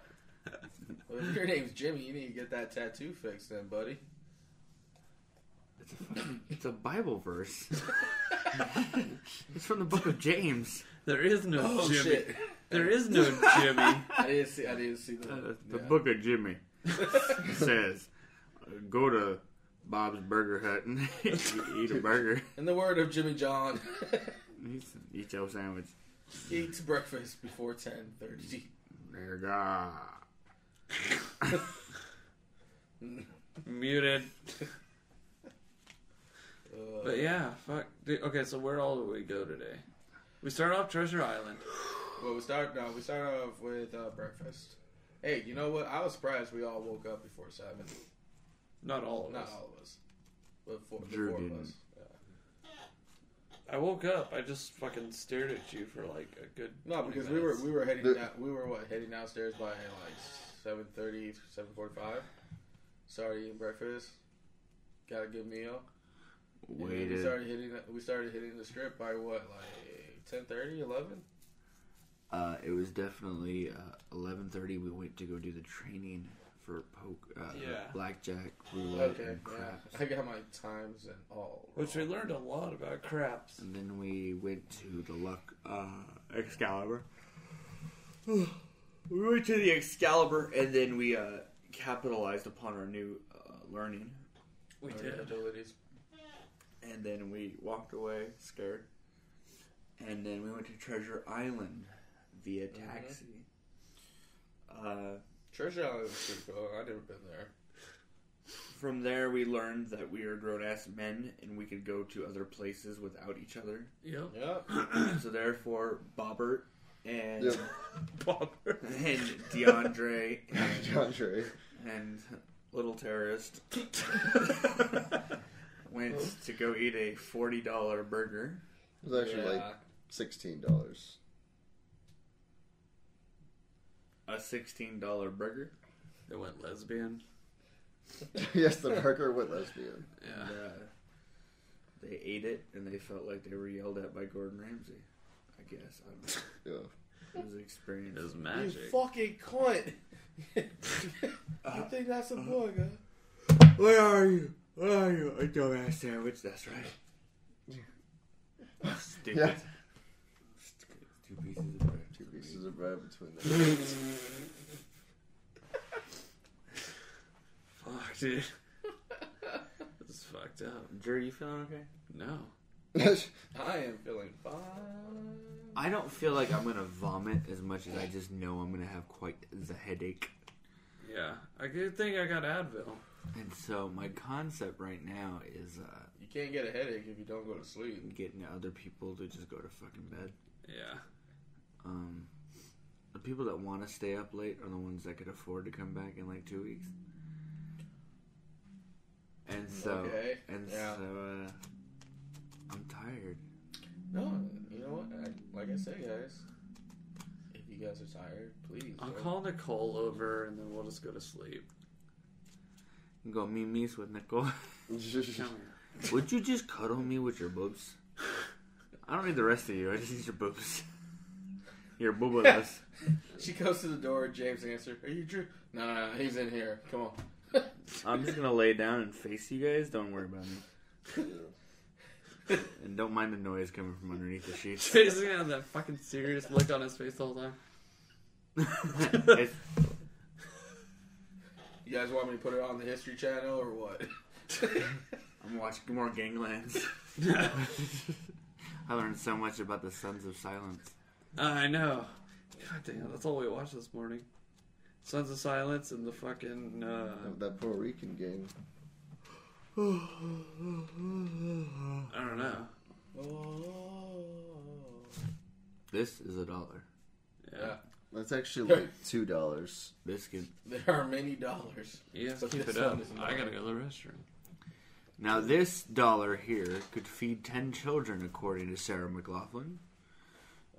Speaker 2: Well, if your name's Jimmy, you need to get that tattoo fixed then, buddy.
Speaker 3: It's a, fucking, it's a Bible verse. it's from the book of James.
Speaker 1: There is no
Speaker 2: Oh,
Speaker 1: Jimmy.
Speaker 2: shit.
Speaker 1: There is no Jimmy.
Speaker 2: I didn't see I didn't see the,
Speaker 3: Uh, the
Speaker 2: yeah.
Speaker 3: book of Jimmy says, uh, go to Bob's Burger Hut and eat a burger.
Speaker 2: In the word of Jimmy John,
Speaker 3: Eat eat your sandwich.
Speaker 2: eat breakfast before ten thirty.
Speaker 3: Nigga.
Speaker 1: Muted.
Speaker 2: Uh,
Speaker 1: But yeah, fuck. Dude, okay, so where all do we go today? We start off Treasure Island.
Speaker 2: Well, we start. No, we start off with uh, breakfast. Hey, you know what? I was surprised we all woke up before seven.
Speaker 1: Not all of
Speaker 2: Not
Speaker 1: us.
Speaker 2: all of us, but four, the
Speaker 3: Drew
Speaker 2: four of
Speaker 3: didn't.
Speaker 2: us. Yeah.
Speaker 1: I woke up. I just fucking stared at you for like a good.
Speaker 2: No,
Speaker 1: 20
Speaker 2: because we were
Speaker 1: minutes.
Speaker 2: we were heading
Speaker 4: The-
Speaker 2: down, we were what heading downstairs by like 7.30, 7.45. Started eating breakfast. Got a good meal. And then we
Speaker 3: Waited.
Speaker 2: started hitting. We started hitting the strip by what like 10.30, 11?
Speaker 3: Uh, it was definitely uh, 11.30. We went to go do the training for poke, uh,
Speaker 1: Yeah.
Speaker 3: blackjack, roulette,
Speaker 2: Okay,
Speaker 3: and
Speaker 2: yeah.
Speaker 3: craps.
Speaker 2: I got my times and all.
Speaker 1: Which we
Speaker 2: wrong.
Speaker 1: learned a lot about craps.
Speaker 3: And then we went to the Luck uh, Excalibur. we went to the Excalibur, and then we uh, capitalized upon our new uh, learning.
Speaker 1: We
Speaker 2: Our
Speaker 1: did.
Speaker 2: abilities.
Speaker 3: And then we walked away scared. And then we went to Treasure Island via taxi. Uh,
Speaker 2: Treasure Island was pretty cool. I've never been there.
Speaker 3: from there, we learned that we are grown ass men and we could go to other places without each other.
Speaker 1: Yep.
Speaker 2: Yep.
Speaker 3: so, therefore, Bobbert and.
Speaker 4: Yep.
Speaker 1: Bobber.
Speaker 3: and DeAndre and,
Speaker 4: contrary.
Speaker 3: and Little Terrorist went to go eat a forty dollar burger.
Speaker 4: It was actually like sixteen dollars.
Speaker 3: A sixteen dollar burger.
Speaker 1: They went lesbian.
Speaker 4: yes, the burger went lesbian.
Speaker 1: Yeah.
Speaker 3: And, uh, they ate it and they felt like they were yelled at by Gordon Ramsay. I guess I don't
Speaker 4: Yeah.
Speaker 3: know. it was an experience.
Speaker 1: It was
Speaker 2: You
Speaker 1: magic.
Speaker 2: fucking cunt. you think that's a boy, huh?
Speaker 3: Where are you? Where are you? A dumbass sandwich. That's right. Stupid.
Speaker 4: Yeah.
Speaker 3: Stupid. Two pieces of bread.
Speaker 4: Two pieces of bread between them.
Speaker 1: Fuck, dude. this is fucked up.
Speaker 3: Jerry, you feeling okay?
Speaker 1: No.
Speaker 2: I am feeling fine.
Speaker 3: I don't feel like I'm gonna vomit as much as I just know I'm gonna have quite the headache.
Speaker 1: Yeah. I good thing I got Advil.
Speaker 3: And so my concept right now is uh,
Speaker 2: You can't get a headache if you don't go to sleep.
Speaker 3: getting other people to just go to fucking bed.
Speaker 1: Yeah.
Speaker 3: Um, the people that want to stay up late are the ones that could afford to come back in like two weeks. And so,
Speaker 2: Okay,
Speaker 3: and
Speaker 2: yeah.
Speaker 3: so, uh, I'm tired.
Speaker 2: No, you know what? I, like I said, guys, if you guys are tired, please.
Speaker 1: I'll
Speaker 2: don't-
Speaker 1: call Nicole over and then we'll just go to sleep.
Speaker 3: Go memes with Nicole.
Speaker 1: Come here.
Speaker 3: Would you just cuddle me with your boobs? I don't need the rest of you. I just need your boobs. Your boobaless.
Speaker 2: She goes to the door. James answers, "Are you Drew? No, no, no, he's in here. Come on."
Speaker 3: I'm just gonna lay down and face you guys. Don't worry about me, and don't mind the noise coming from underneath the sheets.
Speaker 1: He's gonna have that fucking serious look on his face the whole time.
Speaker 3: it's,
Speaker 2: You guys want me to put it on the History Channel or what?
Speaker 3: I'm watching more Ganglands. I learned so much about the Sons of Silence.
Speaker 1: I know. God damn, that's all we watched this morning. Sons of Silence and the fucking uh,
Speaker 4: Of that Puerto Rican gang.
Speaker 2: Oh.
Speaker 1: I don't know.
Speaker 3: This is a dollar.
Speaker 1: Yeah,
Speaker 4: That's actually like two dollars.
Speaker 3: Biscuit.
Speaker 2: There are many dollars.
Speaker 1: you have to
Speaker 2: But
Speaker 1: keep
Speaker 2: this
Speaker 1: it up.
Speaker 2: one is
Speaker 1: I gotta
Speaker 2: mine.
Speaker 1: go to the restroom.
Speaker 3: Now, this dollar here could feed 10 children, according to Sarah McLaughlin.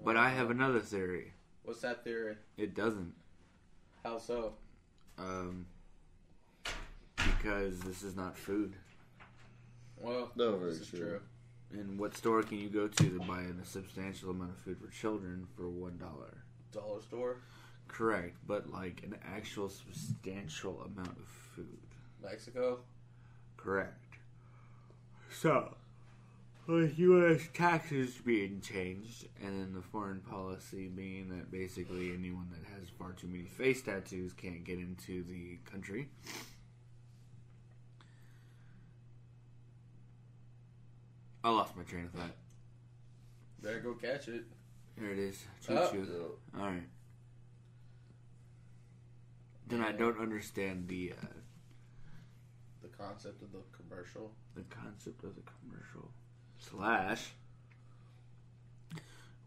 Speaker 3: But I have another theory.
Speaker 2: What's that theory?
Speaker 3: It doesn't.
Speaker 2: How so?
Speaker 3: Um, because this is not food.
Speaker 2: Well,
Speaker 4: No, very
Speaker 2: this is
Speaker 4: true.
Speaker 2: true.
Speaker 3: And what store can you go to to buy a substantial amount of food for children for one dollar?
Speaker 2: Dollar store,
Speaker 3: Correct, but like an actual substantial amount of food.
Speaker 2: Mexico.
Speaker 3: Correct. So, with U.S. taxes being changed, and then the foreign policy being that basically anyone that has far too many face tattoos can't get into the country. I lost my train of thought.
Speaker 2: Better go catch it.
Speaker 3: There it is. Choo
Speaker 2: Oh.
Speaker 3: choo. All right. Then I don't understand the uh,
Speaker 2: The concept of the commercial.
Speaker 3: the concept of the commercial slash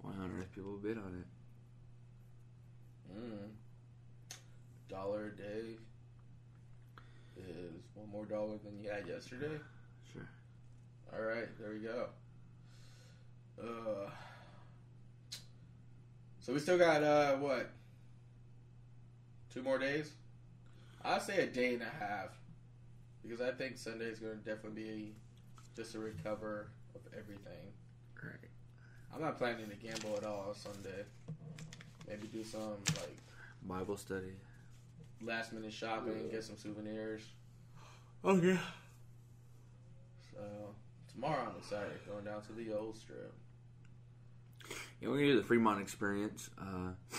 Speaker 3: why on earth people bid on it.
Speaker 2: Mm. Dollar a day is one more dollar than you had yesterday.
Speaker 3: Sure.
Speaker 2: All right, there we go. Uh, so we still got uh, what? Two more days. I say a day and a half because I think Sunday is going to definitely be just a recover of everything.
Speaker 3: Right.
Speaker 2: I'm not planning to gamble at all on Sunday. Maybe do some like
Speaker 3: Bible study.
Speaker 2: last minute shopping, get some souvenirs.
Speaker 3: Okay.
Speaker 2: So tomorrow I'm excited going down to the old strip.
Speaker 3: Yeah, we're gonna do the Fremont experience. Uh,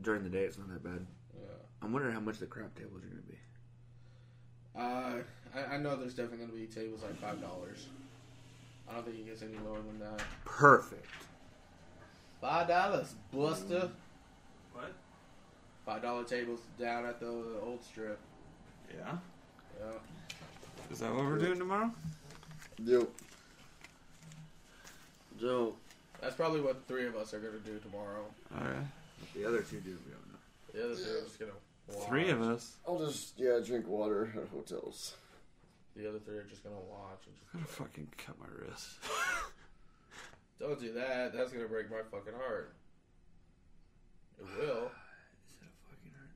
Speaker 3: during the day, it's not that bad.
Speaker 2: Yeah.
Speaker 3: I'm wondering how much the crap tables are gonna be.
Speaker 2: Uh, I, I know there's definitely gonna be tables like five dollars. I don't think it gets any lower than that.
Speaker 3: Perfect.
Speaker 2: Five dollars, Buster.
Speaker 1: What?
Speaker 2: Five dollar tables down at the old strip.
Speaker 1: Yeah.
Speaker 2: Yeah.
Speaker 1: Is that what we're doing tomorrow?
Speaker 4: Yep.
Speaker 3: So
Speaker 2: That's probably what the three of us are gonna do tomorrow.
Speaker 1: All right.
Speaker 3: the other two do we don't know.
Speaker 2: The other three of us gonna. Watch.
Speaker 1: Three of us.
Speaker 4: I'll just yeah drink water at hotels.
Speaker 2: The other three are just gonna watch. And
Speaker 1: I'm gonna fucking cut my wrist.
Speaker 2: just, don't do that. That's gonna break my fucking heart. It will.
Speaker 3: Is it a fucking hurt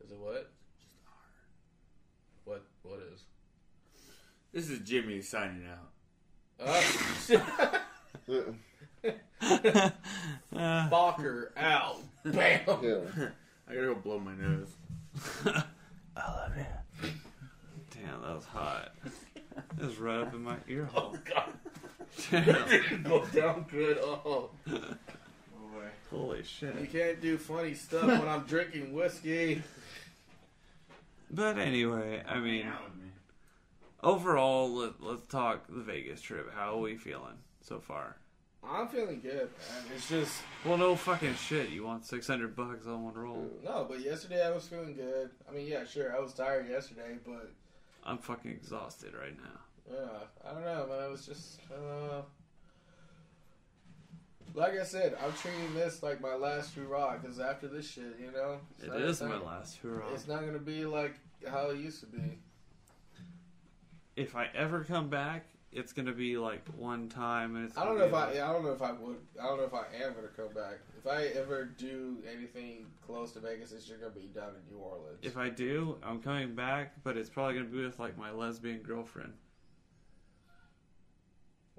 Speaker 3: though?
Speaker 2: Is it what?
Speaker 3: Just a heart.
Speaker 2: What? What is?
Speaker 3: This is Jimmy signing out.
Speaker 2: Uh,
Speaker 4: Yeah.
Speaker 1: Uh,
Speaker 2: Balker out. Bam.
Speaker 4: yeah.
Speaker 3: I gotta go blow my nose.
Speaker 1: I love you. Damn, that was hot. It was right up in my ear hole.
Speaker 2: God.
Speaker 1: Damn.
Speaker 2: didn't go down good. Oh,
Speaker 1: Holy shit.
Speaker 2: you can't do funny stuff when I'm drinking whiskey.
Speaker 1: But anyway, I mean, overall, let, let's talk the Vegas trip. How are we feeling so far?
Speaker 2: I'm feeling good. Man. It's just
Speaker 1: Well, no fucking shit. You want 600 bucks on one roll?
Speaker 2: no, but yesterday I was feeling good. I mean, yeah, sure, I was tired yesterday, but
Speaker 1: I'm fucking exhausted right now.
Speaker 2: yeah, I don't know, man. It was just, uh, like I said, I'm treating this like my last hurrah because after this shit, you know, it's
Speaker 1: It
Speaker 2: not-
Speaker 1: is
Speaker 2: it's
Speaker 1: my
Speaker 2: not-
Speaker 1: last hurrah.
Speaker 2: It's not gonna be like how it used to be.
Speaker 1: If I ever come back, it's gonna be like one time, and it's.
Speaker 2: I don't
Speaker 1: gonna
Speaker 2: know if
Speaker 1: be
Speaker 2: I.
Speaker 1: like-
Speaker 2: yeah, I don't know if I would. I don't know if I am gonna come back. If I ever do anything close to Vegas, it's just gonna be down in New Orleans.
Speaker 1: If I do, I'm coming back, but it's probably gonna be with like my lesbian girlfriend.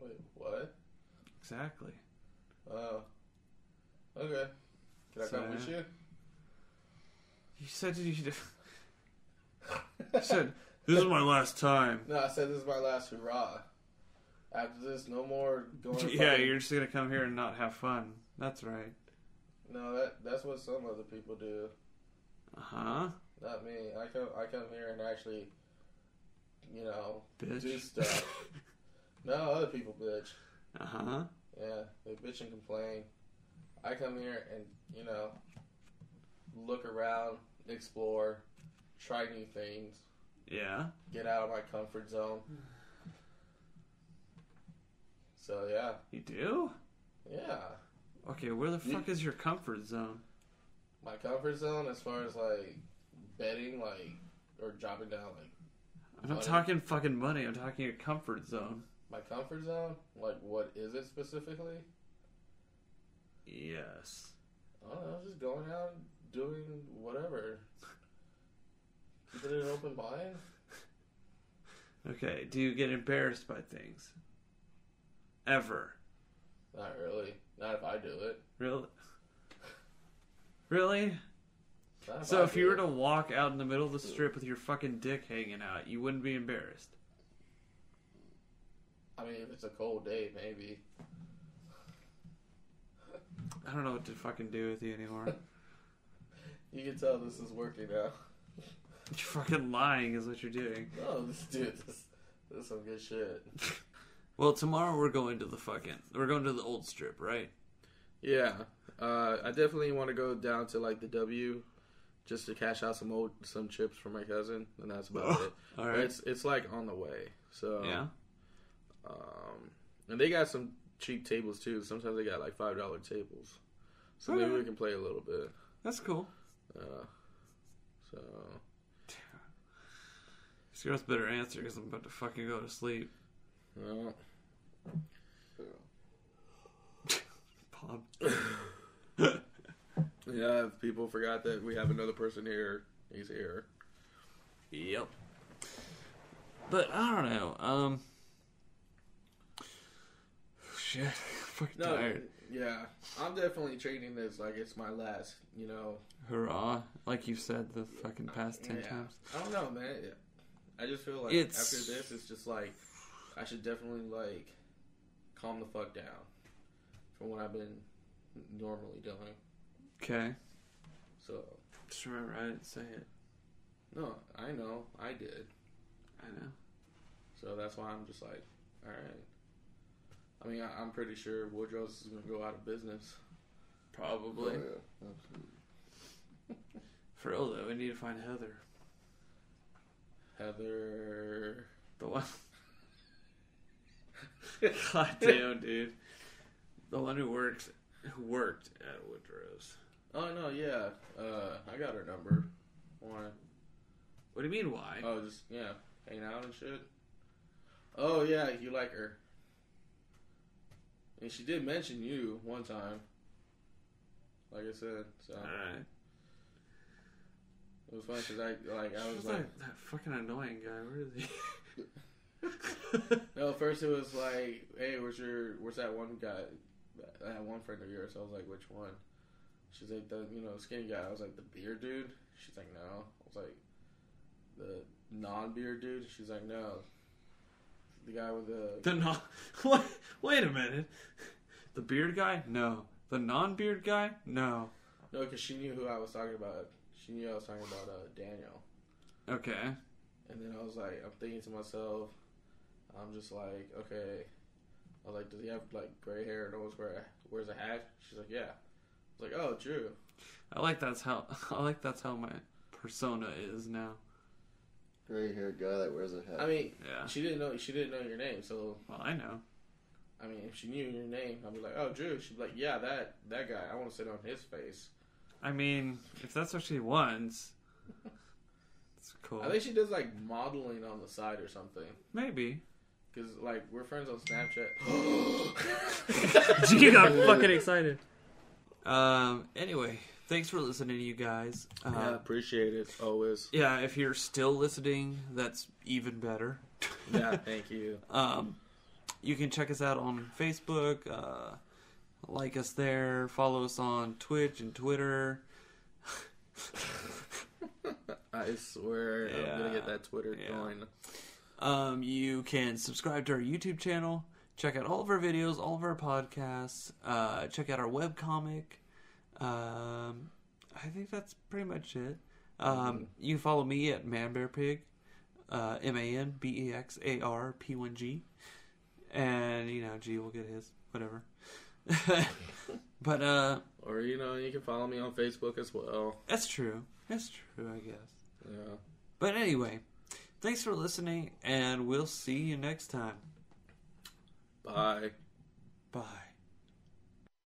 Speaker 2: Wait, what?
Speaker 1: Exactly.
Speaker 2: Oh, okay. Can I
Speaker 1: So,
Speaker 2: come with you?
Speaker 1: You said you should. you said this is my last time.
Speaker 2: No, I said this is my last hurrah. After this, no more going. to
Speaker 1: Yeah,
Speaker 2: fucking-
Speaker 1: you're just gonna come here and not have fun. That's right.
Speaker 2: No, that that's what some other people do.
Speaker 1: Uh huh.
Speaker 2: Not me. I come. I come here and actually you know, do
Speaker 1: bitch.
Speaker 2: stuff. no, other people bitch.
Speaker 1: Uh huh.
Speaker 2: Yeah, they bitch and complain. I come here and, you know, look around, explore, try new things,
Speaker 1: Yeah.
Speaker 2: get out of my comfort zone. So, yeah.
Speaker 1: You do?
Speaker 2: Yeah.
Speaker 1: Okay, where the fuck is your comfort zone?
Speaker 2: My comfort zone as far as, like, betting, like, or dropping down, like,
Speaker 1: I'm not
Speaker 2: Money.
Speaker 1: talking fucking money. I'm talking your comfort zone.
Speaker 2: my comfort zone, like, what is it specifically?
Speaker 1: Yes.
Speaker 2: I don't know, just going out and doing whatever. Keeping it open mind?
Speaker 1: Okay. Do you get embarrassed by things? Ever?
Speaker 2: Not really. Not if I do it.
Speaker 1: Really? Really?
Speaker 2: Not
Speaker 1: So
Speaker 2: I
Speaker 1: if
Speaker 2: do
Speaker 1: you
Speaker 2: it.
Speaker 1: were to walk out in the middle of the strip with your fucking dick hanging out, you wouldn't be embarrassed.
Speaker 2: I mean, if it's a cold day, maybe.
Speaker 1: I don't know what to fucking do with you anymore.
Speaker 2: You can tell this is working now.
Speaker 1: You're fucking lying is what you're doing.
Speaker 2: No, this dude, this, this is some good shit.
Speaker 1: Well, tomorrow we're going to the fucking we're going to the old strip, right?
Speaker 2: Yeah, uh, I definitely want to go down to like the W, just to cash out some old some chips for my cousin, and that's about it.
Speaker 1: All
Speaker 2: But
Speaker 1: right.
Speaker 2: It's it's like on the way. So
Speaker 1: yeah.
Speaker 2: um, and they got some cheap tables too. Sometimes they got like five dollar tables, so maybe
Speaker 1: Okay.
Speaker 2: we can play a little bit.
Speaker 1: That's cool.
Speaker 2: Uh, so
Speaker 1: This girl's better answer because I'm about to fucking go to sleep.
Speaker 2: well,
Speaker 1: Bob.
Speaker 2: yeah, if people forgot that we have another person here. He's here.
Speaker 1: Yep. But I don't know. Um. Shit. I'm fucking
Speaker 2: No,
Speaker 1: tired.
Speaker 2: yeah, I'm definitely treating this like it's my last. You know,
Speaker 1: Hurrah! Like you said, the fucking past ten
Speaker 2: yeah.
Speaker 1: times.
Speaker 2: I don't know, man. It- I just feel like
Speaker 1: It's-
Speaker 2: after this, it's just like I should definitely like calm the fuck down from what I've been normally doing.
Speaker 1: Okay.
Speaker 2: So
Speaker 1: Just remember, I didn't say it.
Speaker 2: no, I know I did.
Speaker 1: I know.
Speaker 2: So that's why I'm just like, all right. I mean, I, I'm pretty sure Woodrow's is gonna go out of business.
Speaker 4: Oh, yeah.
Speaker 1: Probably.
Speaker 4: Absolutely.
Speaker 1: For real though, we need to find Heather.
Speaker 2: Heather,
Speaker 1: The one. God damn, dude. The one who works, who worked at Woodrow's.
Speaker 2: Oh no, yeah. Uh, I got her number. Wanna?
Speaker 1: What do you mean? Why?
Speaker 2: Oh, just yeah, hanging out and shit. Oh yeah, you like her. And she did mention you one time. Like I said, so
Speaker 1: All right.
Speaker 2: it was funny because I like I
Speaker 1: Who's
Speaker 2: was
Speaker 1: that,
Speaker 2: like
Speaker 1: that fucking annoying guy. Where is he?
Speaker 2: no. First it was like, hey, where's your where's that one guy? That one friend of yours. I was like, which one? She's like the you know skinny guy. I was like the beard dude. She's like no. I was like the non beard dude. She's like no. The guy with the
Speaker 1: the non. What? Wait a minute. The beard guy? No. The non-beard guy? No.
Speaker 2: No, because she knew who I was talking about. She knew I was talking about uh, Daniel.
Speaker 1: Okay.
Speaker 2: And then I was like, I'm thinking to myself, I'm just like, okay. I was like, does he have like gray hair and always wear a, wears a hat? She's like, yeah. I was like, oh, Drew.
Speaker 1: I like that's how. I like that's how my persona is now.
Speaker 4: Gray haired guy that wears a hat.
Speaker 2: I mean,
Speaker 1: Yeah.
Speaker 2: she didn't know she didn't know your name, so
Speaker 1: Well, I know.
Speaker 2: I mean, if she knew your name, I'd be like, oh, Drew. She'd be like, yeah, that that guy. I want to sit on his face.
Speaker 1: I mean, if that's what she wants, it's cool.
Speaker 2: I think she does like modeling on the side or something.
Speaker 1: Maybe.
Speaker 2: Cause like we're friends on Snapchat.
Speaker 1: Gee, I'm fucking excited. Um. Anyway, thanks for listening, you guys. Uh,
Speaker 2: appreciate it always.
Speaker 1: yeah. If you're still listening, that's even better.
Speaker 2: yeah, thank you.
Speaker 1: Um, you can check us out on Facebook. Uh, like us there. Follow us on Twitch and Twitter.
Speaker 2: I swear I'm gonna
Speaker 1: Yeah.
Speaker 2: get that Twitter
Speaker 1: Yeah.
Speaker 2: going.
Speaker 1: Um, you can subscribe to our YouTube channel, check out all of our videos, all of our podcasts, uh, check out our webcomic. Um, I think that's pretty much it. Um, you can follow me at ManBearPig. uh, M A N B E X A R P one G, and you know G will get his whatever. but uh,
Speaker 2: Or you know, you can follow me on Facebook as well.
Speaker 1: that's true. That's true, I guess.
Speaker 2: Yeah.
Speaker 1: But anyway, thanks for listening, and we'll see you next time.
Speaker 2: Bye.
Speaker 1: Bye.